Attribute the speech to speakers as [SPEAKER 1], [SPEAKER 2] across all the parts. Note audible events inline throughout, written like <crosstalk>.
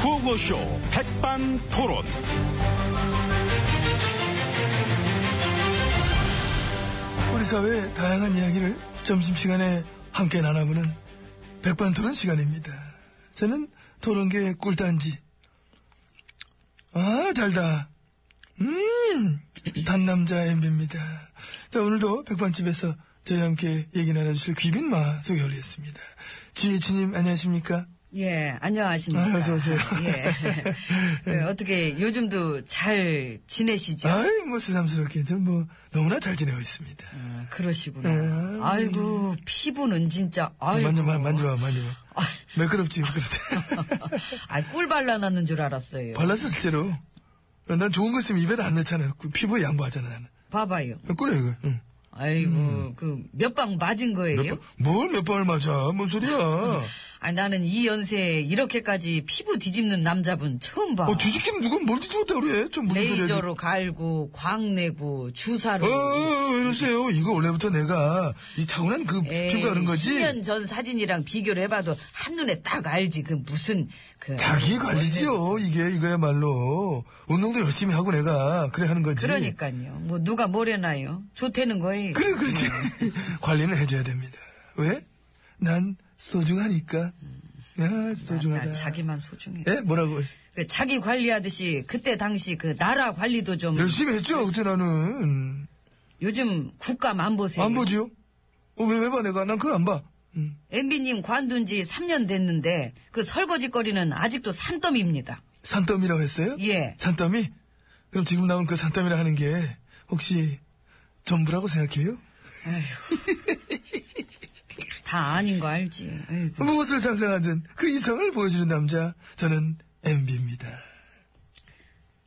[SPEAKER 1] 라디오쇼 백반 토론.
[SPEAKER 2] 우리 사회의 다양한 이야기를 점심시간에 함께 나눠보는 백반토론 시간입니다. 저는 토론계 꿀단지. 아, 달다. 음, 단남자 엠비입니다. 자, 오늘도 백반집에서 저희와 함께 얘기 나눠주실 귀빈마 소개 올리겠습니다. 지혜진님, 안녕하십니까?
[SPEAKER 3] 예, 안녕하십니까.
[SPEAKER 2] 아, 어서 오세요.
[SPEAKER 3] 예. <laughs> 그, 어떻게 요즘도 잘 지내시죠?
[SPEAKER 2] 아이, 뭐, 새삼스럽게. 저는 뭐, 너무나 잘 지내고 있습니다.
[SPEAKER 3] 아, 그러시구나.
[SPEAKER 2] 음.
[SPEAKER 3] 아이고, 피부는 진짜, 아이고.
[SPEAKER 2] 만져봐, 만져봐, 만져봐. 매끄럽지, 매끄럽지.
[SPEAKER 3] <laughs> 아, 꿀 발라놨는 줄 알았어요.
[SPEAKER 2] 발랐어, 실제로. 난 좋은 거 있으면 입에다 안 넣잖아. 그 피부에 양보하잖아, 나는.
[SPEAKER 3] 봐봐요.
[SPEAKER 2] 그래, 이거. 응.
[SPEAKER 3] 아이고, 그, 몇 방 맞은 거예요?
[SPEAKER 2] 음. 뭘몇 방을 맞아? 뭔 소리야? 어,
[SPEAKER 3] 네? 아, 나는 이 연세에 이렇게까지 피부 뒤집는 남자분 처음 봐.
[SPEAKER 2] 어, 뒤집기는 누가 뭘 뒤집었다 그래? 좀 무슨 소리야?
[SPEAKER 3] 레이저로 갈고, 광내고, 주사로.
[SPEAKER 2] 어, 어, 어, 이러세요. 이거 원래부터 내가 이 타고난 그 피부가 그런 거지?
[SPEAKER 3] 10년 전 사진이랑 비교를 해봐도 한눈에 딱 알지. 그 무슨, 그.
[SPEAKER 2] 자기
[SPEAKER 3] 원래-
[SPEAKER 2] 관리지요.
[SPEAKER 3] 네.
[SPEAKER 2] 이게, 이거야말로. 운동도 열심히 하고 내가 그래 하는 거지.
[SPEAKER 3] 그러니까요. 뭐, 누가 뭐래나요? 좋다는 거예요.
[SPEAKER 2] 그래, 그렇지.
[SPEAKER 3] 음.
[SPEAKER 2] <laughs> 관리는 해줘야 됩니다. 왜? 난 소중하니까. 야, 소중하다.
[SPEAKER 3] 난 자기만 소중해.
[SPEAKER 2] 예? 뭐라고 했어?
[SPEAKER 3] 그 자기 관리하듯이 그때 당시 그 나라 관리도 좀
[SPEAKER 2] 열심히 했죠,
[SPEAKER 3] 네.
[SPEAKER 2] 그때 나는.
[SPEAKER 3] 요즘 국감 안 보세요.
[SPEAKER 2] 안 보지요? 어, 왜, 왜 봐, 내가? 난 그걸 안 봐. 음.
[SPEAKER 3] MB님 관둔 지 3년 됐는데 그 설거지거리는 아직도 산더미입니다.
[SPEAKER 2] 산더미라고 했어요?
[SPEAKER 3] 예.
[SPEAKER 2] 산더미? 그럼 지금 나온 그 산더미라 하는 게, 혹시, 전부라고 생각해요?
[SPEAKER 3] 음. <laughs> 다 아닌 거 알지. 아이고.
[SPEAKER 2] 무엇을 뭐 상상하든 그 이상을 보여주는 남자, 저는 MB입니다.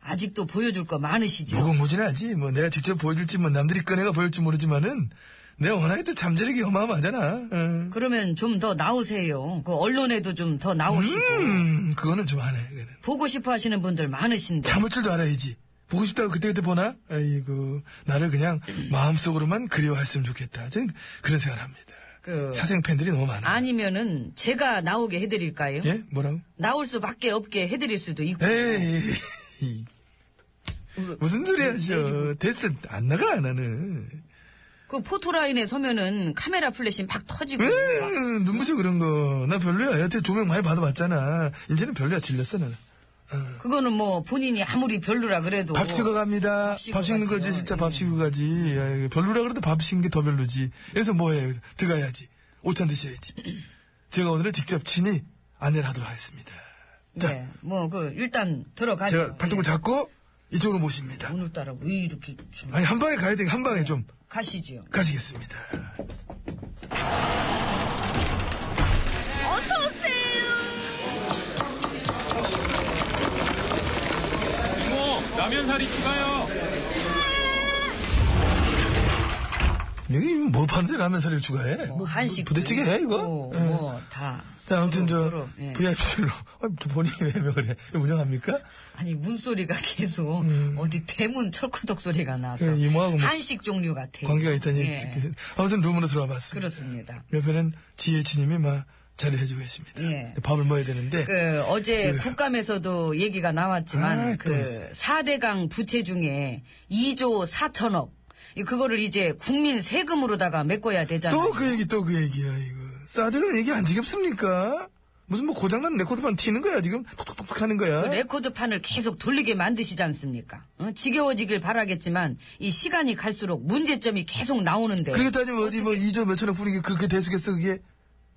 [SPEAKER 3] 아직도 보여줄 거 많으시죠?
[SPEAKER 2] 무궁무진 하지. 뭐, 내가 직접 보여줄지, 뭐, 남들이 꺼내가 보여줄지 모르지만은, 내가 워낙에 또 잠재력이 어마어마하잖아. 어.
[SPEAKER 3] 그러면 좀 더 나오세요. 그 언론에도 좀 더 나오시고.
[SPEAKER 2] 음, 그거는 좀 안 해, 그거는.
[SPEAKER 3] 보고 싶어 하시는 분들 많으신데.
[SPEAKER 2] 참을 줄도 알아야지. 보고 싶다고 그때그때 보나? 아이고, 나를 그냥 마음속으로만 그리워했으면 좋겠다. 저는 그런 생각을 합니다.
[SPEAKER 3] 그
[SPEAKER 2] 사생 팬들이 너무 많아.
[SPEAKER 3] 아니면은 제가 나오게 해드릴까요?
[SPEAKER 2] 예? 뭐라고?
[SPEAKER 3] 나올 수밖에 없게 해드릴 수도 있고.
[SPEAKER 2] 에이. 무슨 소리 하셔. 됐어. 안 나가, 나는.
[SPEAKER 3] 그 포토라인에 서면은 카메라 플래시 막 터지고.
[SPEAKER 2] 으, 눈부셔, 그런 거. 나 별로야. 여태 조명 많이 받아봤잖아. 이제는 별로야. 질렸어, 나는.
[SPEAKER 3] 그거는 뭐 본인이 아무리 별로라 그래도.
[SPEAKER 2] 밥 식어 갑니다.
[SPEAKER 3] 식어
[SPEAKER 2] 밥 식는
[SPEAKER 3] 가지요.
[SPEAKER 2] 거지, 진짜
[SPEAKER 3] 예.
[SPEAKER 2] 밥 식어 가지. 아이, 별로라 그래도 밥 식는 게 더 별로지. 그래서 뭐 해? 들어가야지. 오찬 드셔야지. <clears throat> 제가 오늘은 직접 친히 안내를 하도록 하겠습니다. 자,
[SPEAKER 3] 네. 뭐그 일단 들어가죠.
[SPEAKER 2] 제가 발톱을 잡고 이쪽으로 모십니다.
[SPEAKER 3] 오늘따라 왜 이렇게 좀
[SPEAKER 2] 아니, 한 방에 가야 돼. 한 방에 좀
[SPEAKER 3] 가시지요.
[SPEAKER 2] 가시겠습니다.
[SPEAKER 1] 이모, 라면사리 추가요.
[SPEAKER 2] 여기 뭐 파는데 라면 사리를 추가해?
[SPEAKER 3] 뭐
[SPEAKER 2] 뭐,
[SPEAKER 3] 한식 뭐, 어,
[SPEAKER 2] 부대찌개 해, 이거? 예.
[SPEAKER 3] 뭐다
[SPEAKER 2] 자, 아무튼 저,
[SPEAKER 3] 서로, 예.
[SPEAKER 2] VIP실로. 아, 본인이 왜, 왜 그래? 운영합니까?
[SPEAKER 3] 아니 문소리가 계속 어디 대문 철커덕 소리가 나서
[SPEAKER 2] 음. 예, 이모하고 뭐
[SPEAKER 3] 한식 종류 같아요.
[SPEAKER 2] 관계가 있다니.
[SPEAKER 3] 예.
[SPEAKER 2] 아무튼 룸으로 들어와 봤습니다.
[SPEAKER 3] 그렇습니다.
[SPEAKER 2] 옆에는 지혜진님이 막 자리를 해주고 계십니다.
[SPEAKER 3] 예.
[SPEAKER 2] 밥을 먹어야 되는데.
[SPEAKER 3] 그 어제
[SPEAKER 2] 예.
[SPEAKER 3] 국감에서도 얘기가 나왔지만
[SPEAKER 2] 아,
[SPEAKER 3] 그
[SPEAKER 2] 또 있어요.
[SPEAKER 3] 4대강 부채 중에 2조 4천억 이- 그거를 이제 국민 세금으로다가 메꿔야 되잖아요.
[SPEAKER 2] 또 그 얘기 또 그 얘기야 이거. 사드는 얘기 안 지겹습니까? 무슨 뭐 고장난 레코드만 튀는 거야 지금 톡톡톡톡 하는 거야.
[SPEAKER 3] 그 레코드판을 계속 돌리게 만드시지 않습니까? 어? 지겨워지길 바라겠지만 이 시간이 갈수록 문제점이 계속 나오는데
[SPEAKER 2] 그렇게 따지면 어디 뭐 2조 몇천억 푼이게 그게 대수겠어 그게.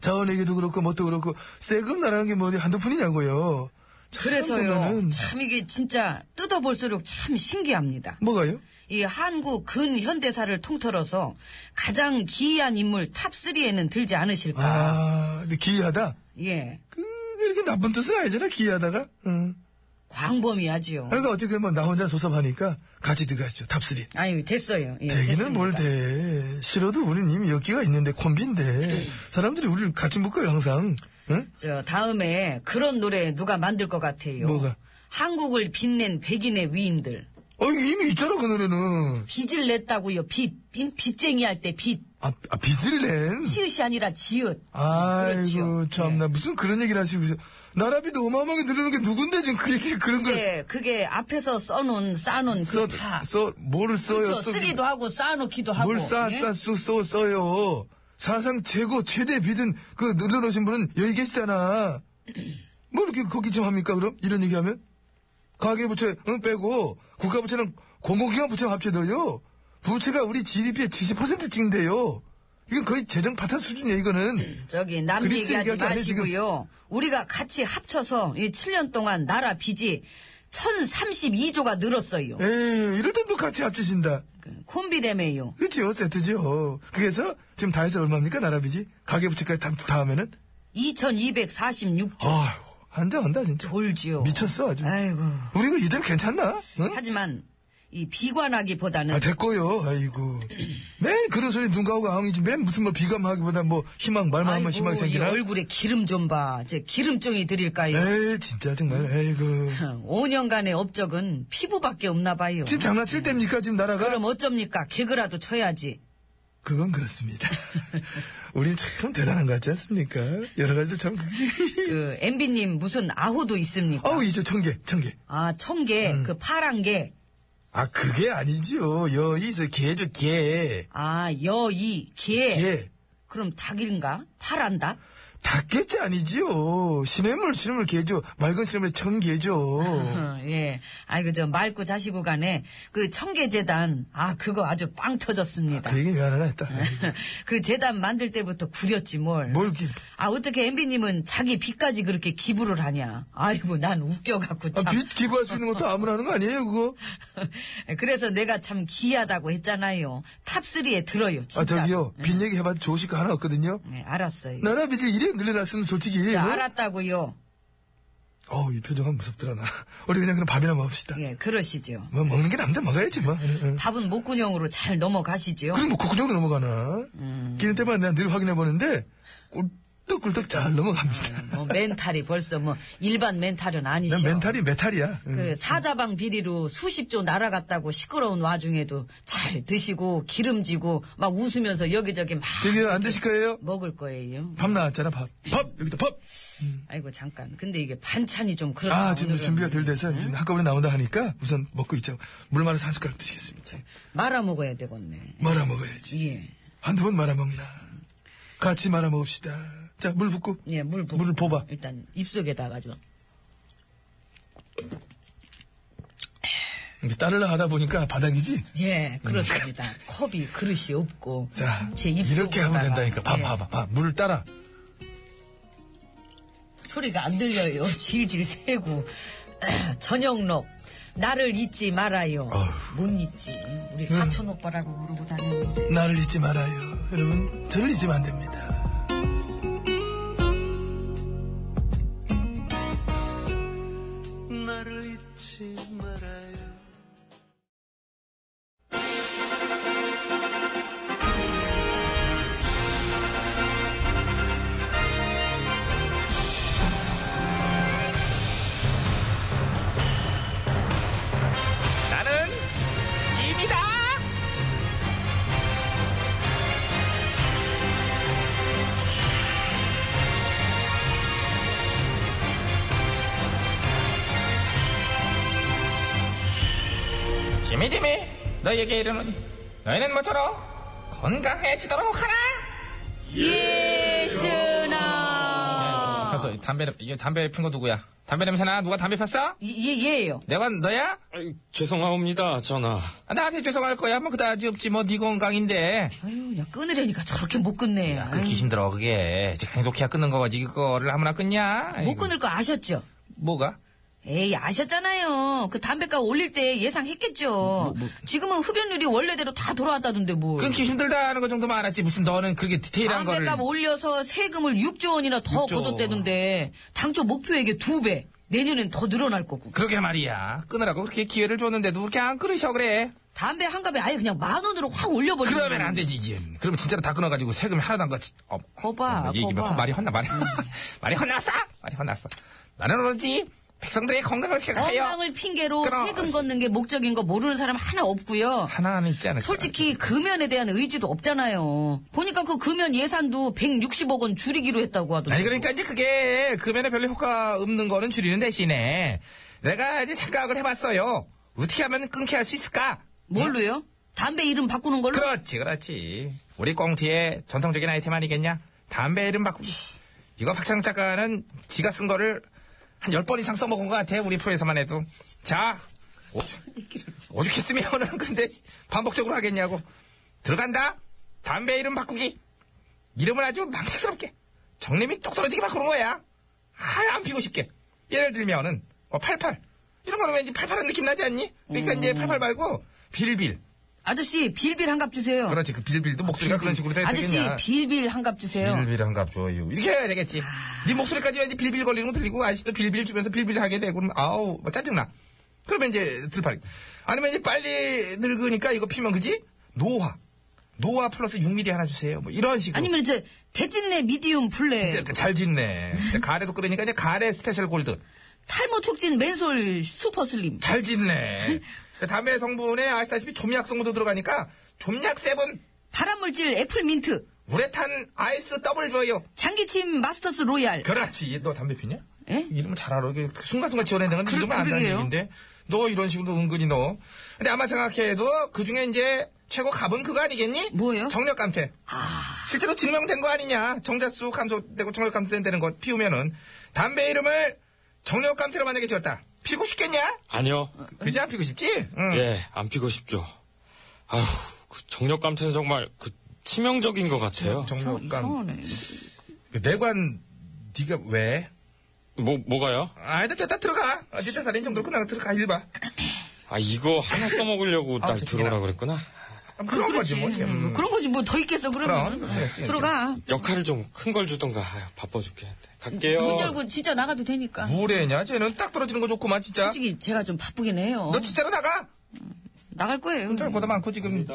[SPEAKER 2] 자원에게도 그렇고 뭣도 그렇고 세금 나라는 게 뭐 어디 한두 푼이냐고요. 참
[SPEAKER 3] 그래서요
[SPEAKER 2] 보면은
[SPEAKER 3] 참 이게 진짜 뜯어볼수록 참 신기합니다.
[SPEAKER 2] 뭐가요?
[SPEAKER 3] 이 한국 근현대사를 통틀어서 가장 기이한 인물 탑3에는 들지 않으실까.
[SPEAKER 2] 아 근데 기이하다.
[SPEAKER 3] 예.
[SPEAKER 2] 그게 이렇게 나쁜 뜻은 아니잖아 기이하다가. 응.
[SPEAKER 3] 광범위하지요.
[SPEAKER 2] 그러니까 어떻게 뭐 나 혼자 소섭하니까 같이 들어가시죠 탑3.
[SPEAKER 3] 아유, 됐어요. 예,
[SPEAKER 2] 대기는 뭘
[SPEAKER 3] 됐습니다.
[SPEAKER 2] 돼. 싫어도 우린 이미 엿기가 있는데 콤비인데 사람들이 우리를 같이 묶어요 항상. 예? 응?
[SPEAKER 3] 저, 다음에 그런 노래 누가 만들 것 같아요.
[SPEAKER 2] 뭐가?
[SPEAKER 3] 한국을 빛낸 백인의 위인들.
[SPEAKER 2] 어 이미 있잖아 그 노래는.
[SPEAKER 3] 빚을 냈다고요, 빚. 빚, 빚쟁이 할 때 빚.
[SPEAKER 2] 아, 아 빚을 낸.
[SPEAKER 3] 치읓이 네. 아니라 지읒. 그렇죠.
[SPEAKER 2] 아이고
[SPEAKER 3] 그렇지요.
[SPEAKER 2] 참나 무슨 그런 얘기를 하시고 있어. 나라비도 어마어마하게 늘리는 게 누군데 지금 그 얘기 그런 걸
[SPEAKER 3] 예. 그게, 그게 앞에서 써놓은, 쌓아놓은
[SPEAKER 2] 써,
[SPEAKER 3] 그 다.
[SPEAKER 2] 써, 뭘 써요?
[SPEAKER 3] 그쵸, 쓰기도 하고, 쌓아놓기도 하고.
[SPEAKER 2] 뭘 싸,
[SPEAKER 3] 예?
[SPEAKER 2] 싸, 쏘, 쏘, 써요. 사상 최고, 최대 비든 그 눌러놓으신 분은 여기 계시잖아. <clears throat> 뭐 이렇게 거기쯤 합니까, 그럼? 이런 얘기하면? 가계부채, 응, 빼고, 국가부채는 공공기관 부채 합쳐 넣어요. 부채가 우리 GDP의 70% 찍는데요. 이건 거의 재정 파탄 수준이야, 이거는. <clears throat>
[SPEAKER 3] 저기 남
[SPEAKER 2] 그리스
[SPEAKER 3] 얘기하지
[SPEAKER 2] 얘기할 때 안 해,
[SPEAKER 3] 마시고요. 우리가 같이 합쳐서 이 7년 동안 나라 빚이 1032조가 늘었어요.
[SPEAKER 2] 에이, 이럴 땐 또 같이 합치신다.
[SPEAKER 3] 그, 콤비래매요.
[SPEAKER 2] 그치요, 세트죠. 그래서 지금 다 해서 얼마입니까, 나라비지? 가계부채까지 다, 다 하면은?
[SPEAKER 3] 2246조.
[SPEAKER 2] 아휴, 한장한다, 진짜.
[SPEAKER 3] 돌지요.
[SPEAKER 2] 미쳤어, 아주.
[SPEAKER 3] 아이고.
[SPEAKER 2] 우리 이거 이대로 괜찮나? 응?
[SPEAKER 3] 하지만 이 비관하기보다는
[SPEAKER 2] 아, 됐고요. 아이고. 맨 그런 소리 눈 감고 아웅이지. 맨 무슨 뭐 비감하기보다 뭐 희망, 말만 하면 희망이
[SPEAKER 3] 이
[SPEAKER 2] 생기나? 네.
[SPEAKER 3] 얼굴에 기름 좀 봐. 제 기름종이 드릴까요? <laughs>
[SPEAKER 2] 에이, 진짜
[SPEAKER 3] 음.
[SPEAKER 2] 정말. 에이구.
[SPEAKER 3] 5년간의 업적은 피부밖에 없나 봐요.
[SPEAKER 2] 지금 장난칠 때입니까? 지금 나라가?
[SPEAKER 3] 그럼 어쩝니까? 개그라도 쳐야지.
[SPEAKER 2] 그건 그렇습니다. <laughs> 우린 참 대단한 것 같지 않습니까? 여러 가지로 참. 그게- <laughs>
[SPEAKER 3] 그 엠비님 무슨 아호도 있습니까?
[SPEAKER 2] 아우, 이제 청계, 청계.
[SPEAKER 3] 아 청개,
[SPEAKER 2] 음.
[SPEAKER 3] 그 파란 개,
[SPEAKER 2] 아, 그게 아니지요. 여의서 개죠, 개.
[SPEAKER 3] 아 여이 개.
[SPEAKER 2] 개.
[SPEAKER 3] 그럼 닭인가? 파란 닭?
[SPEAKER 2] 닭개지 아니지요. 시냇물, 시냇물 개죠. 맑은 시냇물 청개죠.
[SPEAKER 3] <laughs> 어, 예. 아이고 저 맑고 자시고 간에 그 청개 재단 아 그거 아주 빵 터졌습니다.
[SPEAKER 2] 그 얘기는 왜 하나 했다. 아이고.
[SPEAKER 3] 그 재단 만들 때부터 구렸지 뭘.
[SPEAKER 2] 뭘 이렇게
[SPEAKER 3] 아 어떻게 엠비님은 자기 빚까지 그렇게 기부를 하냐? 아이고 난 웃겨갖고 참.
[SPEAKER 2] 아, 빚 기부할 수 있는 것도 아무나 하는 거 아니에요, 그거?
[SPEAKER 3] <laughs> 그래서 내가 참 기이하다고 했잖아요. 탑 3에 들어요. 진짜. 음.
[SPEAKER 2] 아, 저기요. 빚 얘기 해봐도 좋으실 거 하나 없거든요.
[SPEAKER 3] 네, 알았어요.
[SPEAKER 2] 나라 빚을 이래 늘려놨으면 솔직히.
[SPEAKER 3] 저
[SPEAKER 2] 어?
[SPEAKER 3] 알았다고요.
[SPEAKER 2] 어우, 이 표정은 무섭더라, 나. <laughs> 우리 그냥 그럼 밥이나 먹읍시다.
[SPEAKER 3] 예, 그러시죠.
[SPEAKER 2] 뭐, 먹는 게 남다 먹어야지, 뭐. 응, 응.
[SPEAKER 3] 밥은 목구녕으로 잘 넘어가시죠.
[SPEAKER 2] 그럼 뭐, 국구적으로 넘어가나?
[SPEAKER 3] 음.
[SPEAKER 2] 기는 때마다 내가 늘 확인해보는데, 꿀떡꿀떡 잘 넘어갑니다.
[SPEAKER 3] 뭐 멘탈이 벌써 뭐 일반 멘탈은 아니시오.
[SPEAKER 2] <laughs> 그- 난 멘탈이 메탈이야. 예. 응.
[SPEAKER 3] 그 사자방 비리로 수십조 날아갔다고 시끄러운 와중에도 잘 드시고 기름지고 막 웃으면서 여기저기 막
[SPEAKER 2] 저기요, 안 드실 거예요?
[SPEAKER 3] 먹을 거예요.
[SPEAKER 2] 밥 나왔잖아, 밥. 밥! 여기다 밥!
[SPEAKER 3] 아이고 잠깐. 근데 이게 반찬이 좀 그렇다.
[SPEAKER 2] 음. 아, 지금
[SPEAKER 3] 오늘은. 네.
[SPEAKER 2] 준비가 덜 돼서 이제 한꺼번에 나온다 하니까 우선 먹고 있자. 물 마른 한 숟가락 드시겠습니다.
[SPEAKER 3] 네. 말아 먹어야 되겠네.
[SPEAKER 2] 말아 먹어야지.
[SPEAKER 3] 예.
[SPEAKER 2] 한두 번 말아먹나. 같이 말아먹읍시다. 자, 물 붓고.
[SPEAKER 3] 예, 물 부...
[SPEAKER 2] 물을 뽑아.
[SPEAKER 3] 일단 입속에다가 좀.
[SPEAKER 2] 이렇게 따르려 하다 보니까 바닥이지?
[SPEAKER 3] 예, 그렇습니다. <laughs> 컵이 그릇이 없고.
[SPEAKER 2] 음. 자,
[SPEAKER 3] 제
[SPEAKER 2] 이렇게 하면
[SPEAKER 3] 입속에다가.
[SPEAKER 2] 된다니까. 봐,
[SPEAKER 3] 예,
[SPEAKER 2] 봐, 봐, 봐. 물을 따라.
[SPEAKER 3] 소리가 안 들려요. <laughs> 질질 새고. <clears throat> 전영록, 나를 잊지 말아요.
[SPEAKER 2] 어휴.
[SPEAKER 3] 못 잊지. 우리 사촌 오빠라고 부르고 다녔는데.
[SPEAKER 2] 나를 잊지 말아요. 여러분, 저를 잊으면 안 됩니다.
[SPEAKER 4] 나를 잊지 말아요.
[SPEAKER 1] 나는 짐이다.
[SPEAKER 5] 지미 지미 너에게 이르노니 너희는 모처럼 건강해지도록 하라.
[SPEAKER 3] 예준아.
[SPEAKER 5] 가서 담배 이게 담배 핀 거 누구야? 담배 냄새나 누가 담배 폈어?
[SPEAKER 3] 예, 예예요.
[SPEAKER 5] 내가 너야?
[SPEAKER 1] 죄송합니다, 전하.
[SPEAKER 5] 아, 나한테 죄송할 거야. 뭐 그다지 없지 뭐 네 건강인데.
[SPEAKER 3] 아유, 야, 끊으려니까 저렇게 못 끊네.
[SPEAKER 5] 아, 끊기 힘들어 그게. 이제 행복해야 끊는 거지. 이거를 아무나 끊냐?
[SPEAKER 3] 아유, 못
[SPEAKER 5] 아이고.
[SPEAKER 3] 끊을 거 아셨죠?
[SPEAKER 5] 뭐가?
[SPEAKER 3] 에이, 아셨잖아요. 그 담배가 올릴 때 예상했겠죠. 지금은 흡연율이 원래대로 다 돌아왔다던데 뭘.
[SPEAKER 5] 끊기 힘들다 하는 거 정도만 알았지. 무슨 너는 그렇게 디테일한 거를.
[SPEAKER 3] 담배값 올려서 세금을 6조 원이나 더
[SPEAKER 5] 6조.
[SPEAKER 3] 걷었대던데 당초 목표액의 두 배. 내년엔 더 늘어날 거고.
[SPEAKER 5] 그러게 말이야. 끊으라고 그렇게 기회를 줬는데도 그렇게 안 끊으셔 그래.
[SPEAKER 3] 담배 한 갑에 아예 그냥 만 원으로 확 올려버리면.
[SPEAKER 5] 그러면 안 되지 이제. 그러면 진짜로 다 끊어가지고 세금 하나도 안 거지. 어,
[SPEAKER 3] 거봐,
[SPEAKER 5] 이
[SPEAKER 3] 거봐. 음.
[SPEAKER 5] <laughs> 말이 헛나 말이 말이 헛났어. 말이 헛났어. 나는 오로지 백성들의 건강을 생각하여
[SPEAKER 3] 건강을 핑계로
[SPEAKER 5] 그럼.
[SPEAKER 3] 세금 걷는 게 목적인 거 모르는 사람 하나 없고요.
[SPEAKER 5] 하나는 있지 않을까
[SPEAKER 3] 솔직히 금연에 대한 의지도 없잖아요. 보니까 그 금연 예산도 160억 원 줄이기로 했다고 하던데.
[SPEAKER 5] 아니 그러니까 이제 그게 금연에 별로 효과 없는 거는 줄이는 대신에 내가 이제 생각을 해봤어요 어떻게 하면 끊게 할 수 있을까
[SPEAKER 3] 뭘로요? 담배 이름 바꾸는 걸로?
[SPEAKER 5] 그 그렇지 그렇지 우리 꽁트의 전통적인 아이템 아니겠냐 담배 이름 바꾸기 이거 박찬욱 작가는 지가 쓴 거를 한 10번 이상 써먹은 것 같아 우리 프로에서만 해도 자 오죽- 오죽했으면은 근데 반복적으로 하겠냐고 들어간다 담배 이름 바꾸기 이름을 아주 망치스럽게 정림이 똑 떨어지게 바꾸는 거야 아안 피고 싶게 예를 들면은 어, 88 이런 거는 왠지 팔팔한 느낌 나지 않니? 그러니까 이제 88 말고 빌빌
[SPEAKER 3] 아저씨 빌빌 한 갑 주세요.
[SPEAKER 5] 그렇지 그 빌빌도 목소리가 그런 식으로 돼야
[SPEAKER 3] 아저씨
[SPEAKER 5] 되겠냐
[SPEAKER 3] 빌빌 한 갑 주세요.
[SPEAKER 5] 빌빌 한갑 줘요 이렇게 해야 되겠지
[SPEAKER 3] 아.
[SPEAKER 5] 네 목소리까지 왠지 빌빌 걸리는 거 들리고 아저씨도 빌빌 주면서 빌빌 하게 되고 그러면 아우 뭐 짜증나 그러면 이제 들팔 아니면 이제 빨리 늙으니까 이거 피면 그지 노화 노화 플러스 6mm 하나 주세요 뭐 이런 식으로
[SPEAKER 3] 아니면 저 대진내 미디움 블랙
[SPEAKER 5] 이제 그 잘 짓네 이제 가래도 끓으니까 이제 가래 스페셜 골드
[SPEAKER 3] 탈모 촉진 맨솔 슈퍼 슬림.
[SPEAKER 5] 잘 짓네 그 담배 성분에 아시다시피 좀약 성분도 들어가니까 좀약 세븐
[SPEAKER 3] 발암물질 애플 민트.
[SPEAKER 5] 우레탄 아이스 더블 줘요
[SPEAKER 3] 장기침 마스터스 로얄.
[SPEAKER 5] 그렇지. 얘너 담배 피냐?
[SPEAKER 3] 예?
[SPEAKER 5] 이름을 잘 알아. 이게 순간순간 지어내는 건
[SPEAKER 3] 그-
[SPEAKER 5] 이름은 안다는
[SPEAKER 3] 그러게요.
[SPEAKER 5] 얘기인데. 너 이런 식으로 은근히 너. 근데 아마 생각해도 그 중에 이제 최고 갑은 그거 아니겠니?
[SPEAKER 3] 뭐예요? 아.
[SPEAKER 5] 정력 감퇴. 실제로 증명된 거 아니냐. 정자수 감소되고 정력 감퇴되는 거 피우면은 담배 이름을 정력 감퇴로 만약에 지었다. 피고 싶겠냐?
[SPEAKER 1] 아니요.
[SPEAKER 5] 그지 안 피고 싶지? 응.
[SPEAKER 1] 예, 안 피고 싶죠. 아휴, 그 정력 감퇴는 정말 그 치명적인 것 같아요.
[SPEAKER 5] 정력 감.
[SPEAKER 3] 뭐 이상하네.
[SPEAKER 5] 그 내관 네가 왜?
[SPEAKER 1] 뭐 뭐가요?
[SPEAKER 5] 아, 일단 됐다 들어가.
[SPEAKER 2] 네
[SPEAKER 5] 어쨌든 살인 정도로 끝나고 들어가 일 봐.
[SPEAKER 1] 아 이거 하나 써먹으려고
[SPEAKER 5] 아,
[SPEAKER 1] 날
[SPEAKER 5] 죄송해요.
[SPEAKER 1] 들어오라 그랬구나.
[SPEAKER 5] 아, 그런 거지 뭐. 어떻게. 음.
[SPEAKER 3] 그런 거지 뭐 더 있겠어 그러면.
[SPEAKER 5] 그럼. 네, 그렇지.
[SPEAKER 3] 들어가.
[SPEAKER 1] 역할을 좀 큰 걸 주던가. 아유, 바빠 죽겠는데. 갈게요.
[SPEAKER 3] 문 열고 진짜 나가도 되니까.
[SPEAKER 5] 네. 뭐래냐? 쟤는 딱 떨어지는 거 좋구만 진짜.
[SPEAKER 3] 솔직히 제가 좀 바쁘긴 해요.
[SPEAKER 5] 너 진짜로 나가.
[SPEAKER 3] 나갈 거예요.
[SPEAKER 5] 쩔 거도 많고
[SPEAKER 3] 음.
[SPEAKER 5] 지금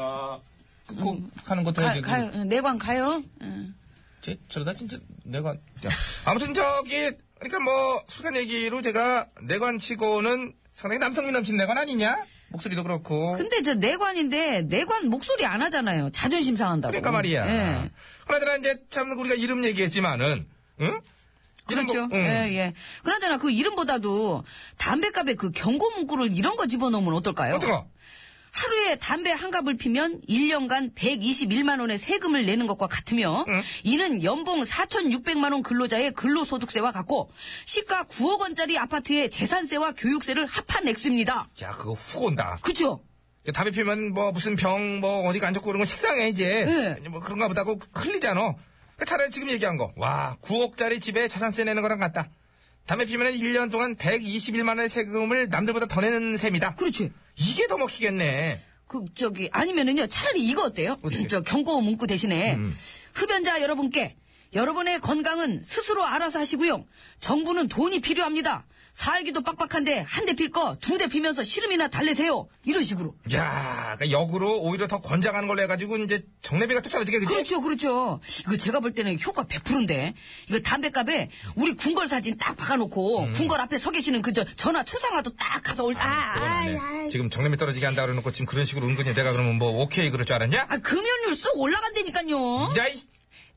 [SPEAKER 5] 꼭 하는 것도 해야
[SPEAKER 3] 가,
[SPEAKER 5] 되고.
[SPEAKER 3] 가요. 내관 가요. 예. 응.
[SPEAKER 5] 쟤 저러다 진짜 내가 야. 아무튼 저기 그러니까 뭐 수간 얘기로 제가 내관 치고는 상당히 남성미 넘친 내관 아니냐? 목소리도 그렇고.
[SPEAKER 3] 근데 저 내관인데 내관 목소리 안 하잖아요. 자존심 상한다고.
[SPEAKER 5] 그러니까 말이야.
[SPEAKER 3] 예.
[SPEAKER 5] 그러나 이제 참 우리가 이름 얘기했지만은 응? 이름
[SPEAKER 3] 그렇죠.
[SPEAKER 5] 뭐- 응.
[SPEAKER 3] 예, 예. 그나저나 그 이름보다도 담배값에 그 경고 문구를 이런 거 집어넣으면 어떨까요?
[SPEAKER 5] 어떤 거?
[SPEAKER 3] 하루에 담배 한 갑을 피면 1년간 121만 원의 세금을 내는 것과 같으며 이는 연봉 4,600만 원 근로자의 근로소득세와 같고 시가 9억 원짜리 아파트의 재산세와 교육세를 합한 액수입니다.
[SPEAKER 5] 야 그거 훅 온다.
[SPEAKER 3] 그죠?
[SPEAKER 5] 이제 담배 피면 뭐 무슨 병 뭐 어디가 안 좋고 그런 건 식상해 이제
[SPEAKER 3] 네.
[SPEAKER 5] 뭐 그런가 보다고 흘리잖아 그러니까 차라리 지금 얘기한 거와 9억짜리 집에 자산세 내는 거랑 같다 담배 피면 1년 동안 121만 원의 세금을 남들보다 더 내는 셈이다
[SPEAKER 3] 그렇지.
[SPEAKER 5] 이게 더 먹히겠네
[SPEAKER 3] 그 저기 아니면은요 차라리 이거 어때요?
[SPEAKER 5] 어떻게? 음.
[SPEAKER 3] 저 경고 문구 대신에 흡연자 여러분께 여러분의 건강은 스스로 알아서 하시고요. 정부는 돈이 필요합니다. 살기도 빡빡한데 한 대 필 거 두 대 피면서 시름이나 달래세요. 이런 식으로.
[SPEAKER 5] 야 그러니까 역으로 오히려 더 권장하는 걸로 해가지고 이제 정례비가 툭 사라지게 그치?
[SPEAKER 3] 그렇죠, 그렇죠. 이거 제가 볼 때는 효과 100%인데 이거 담배값에 우리 궁궐 사진 딱 박아놓고
[SPEAKER 5] 음.
[SPEAKER 3] 궁궐 앞에 서 계시는 그저 전화 초상화도 딱 가서 올. 아,
[SPEAKER 5] 그건
[SPEAKER 3] 아,
[SPEAKER 5] 안 돼.
[SPEAKER 3] 아,
[SPEAKER 5] 네. 지금 정례비 떨어지게 한다 그러놓고 지금 그런 식으로 은근히 내가 그러면 뭐 오케이 그럴 줄 알았냐?
[SPEAKER 3] 아, 금연율 쏙 올라간다니까요.
[SPEAKER 5] 야이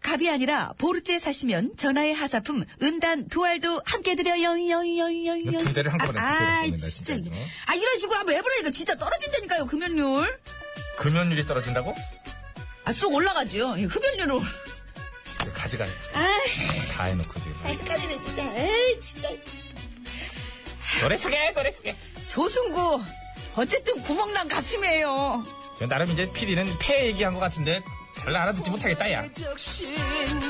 [SPEAKER 3] 갑이 아니라 보르째 사시면 전화의 하사품 은단 두 알도 함께 드려요.
[SPEAKER 5] 이거 두 대를 한꺼번에 두 대를
[SPEAKER 3] 아,
[SPEAKER 5] 먹는다,
[SPEAKER 3] 진짜.
[SPEAKER 5] 진짜 이거.
[SPEAKER 3] 아, 이런 식으로 한번 해보라니까 진짜 떨어진다니까요, 금연율.
[SPEAKER 5] 금연율이 떨어진다고?
[SPEAKER 3] 아, 쏙 올라가죠. 이 흡연율로.
[SPEAKER 5] 이거 가져가 다 해놓고 지금
[SPEAKER 3] 아까지는 진짜, 에이, 진짜.
[SPEAKER 5] 노래 소개 노래 소개
[SPEAKER 3] 조승구. 어쨌든 구멍난 가슴이에요.
[SPEAKER 5] 나름 이제 PD는 폐 얘기한 것 같은데 별로 알아듣지 못하겠다 야
[SPEAKER 4] 적신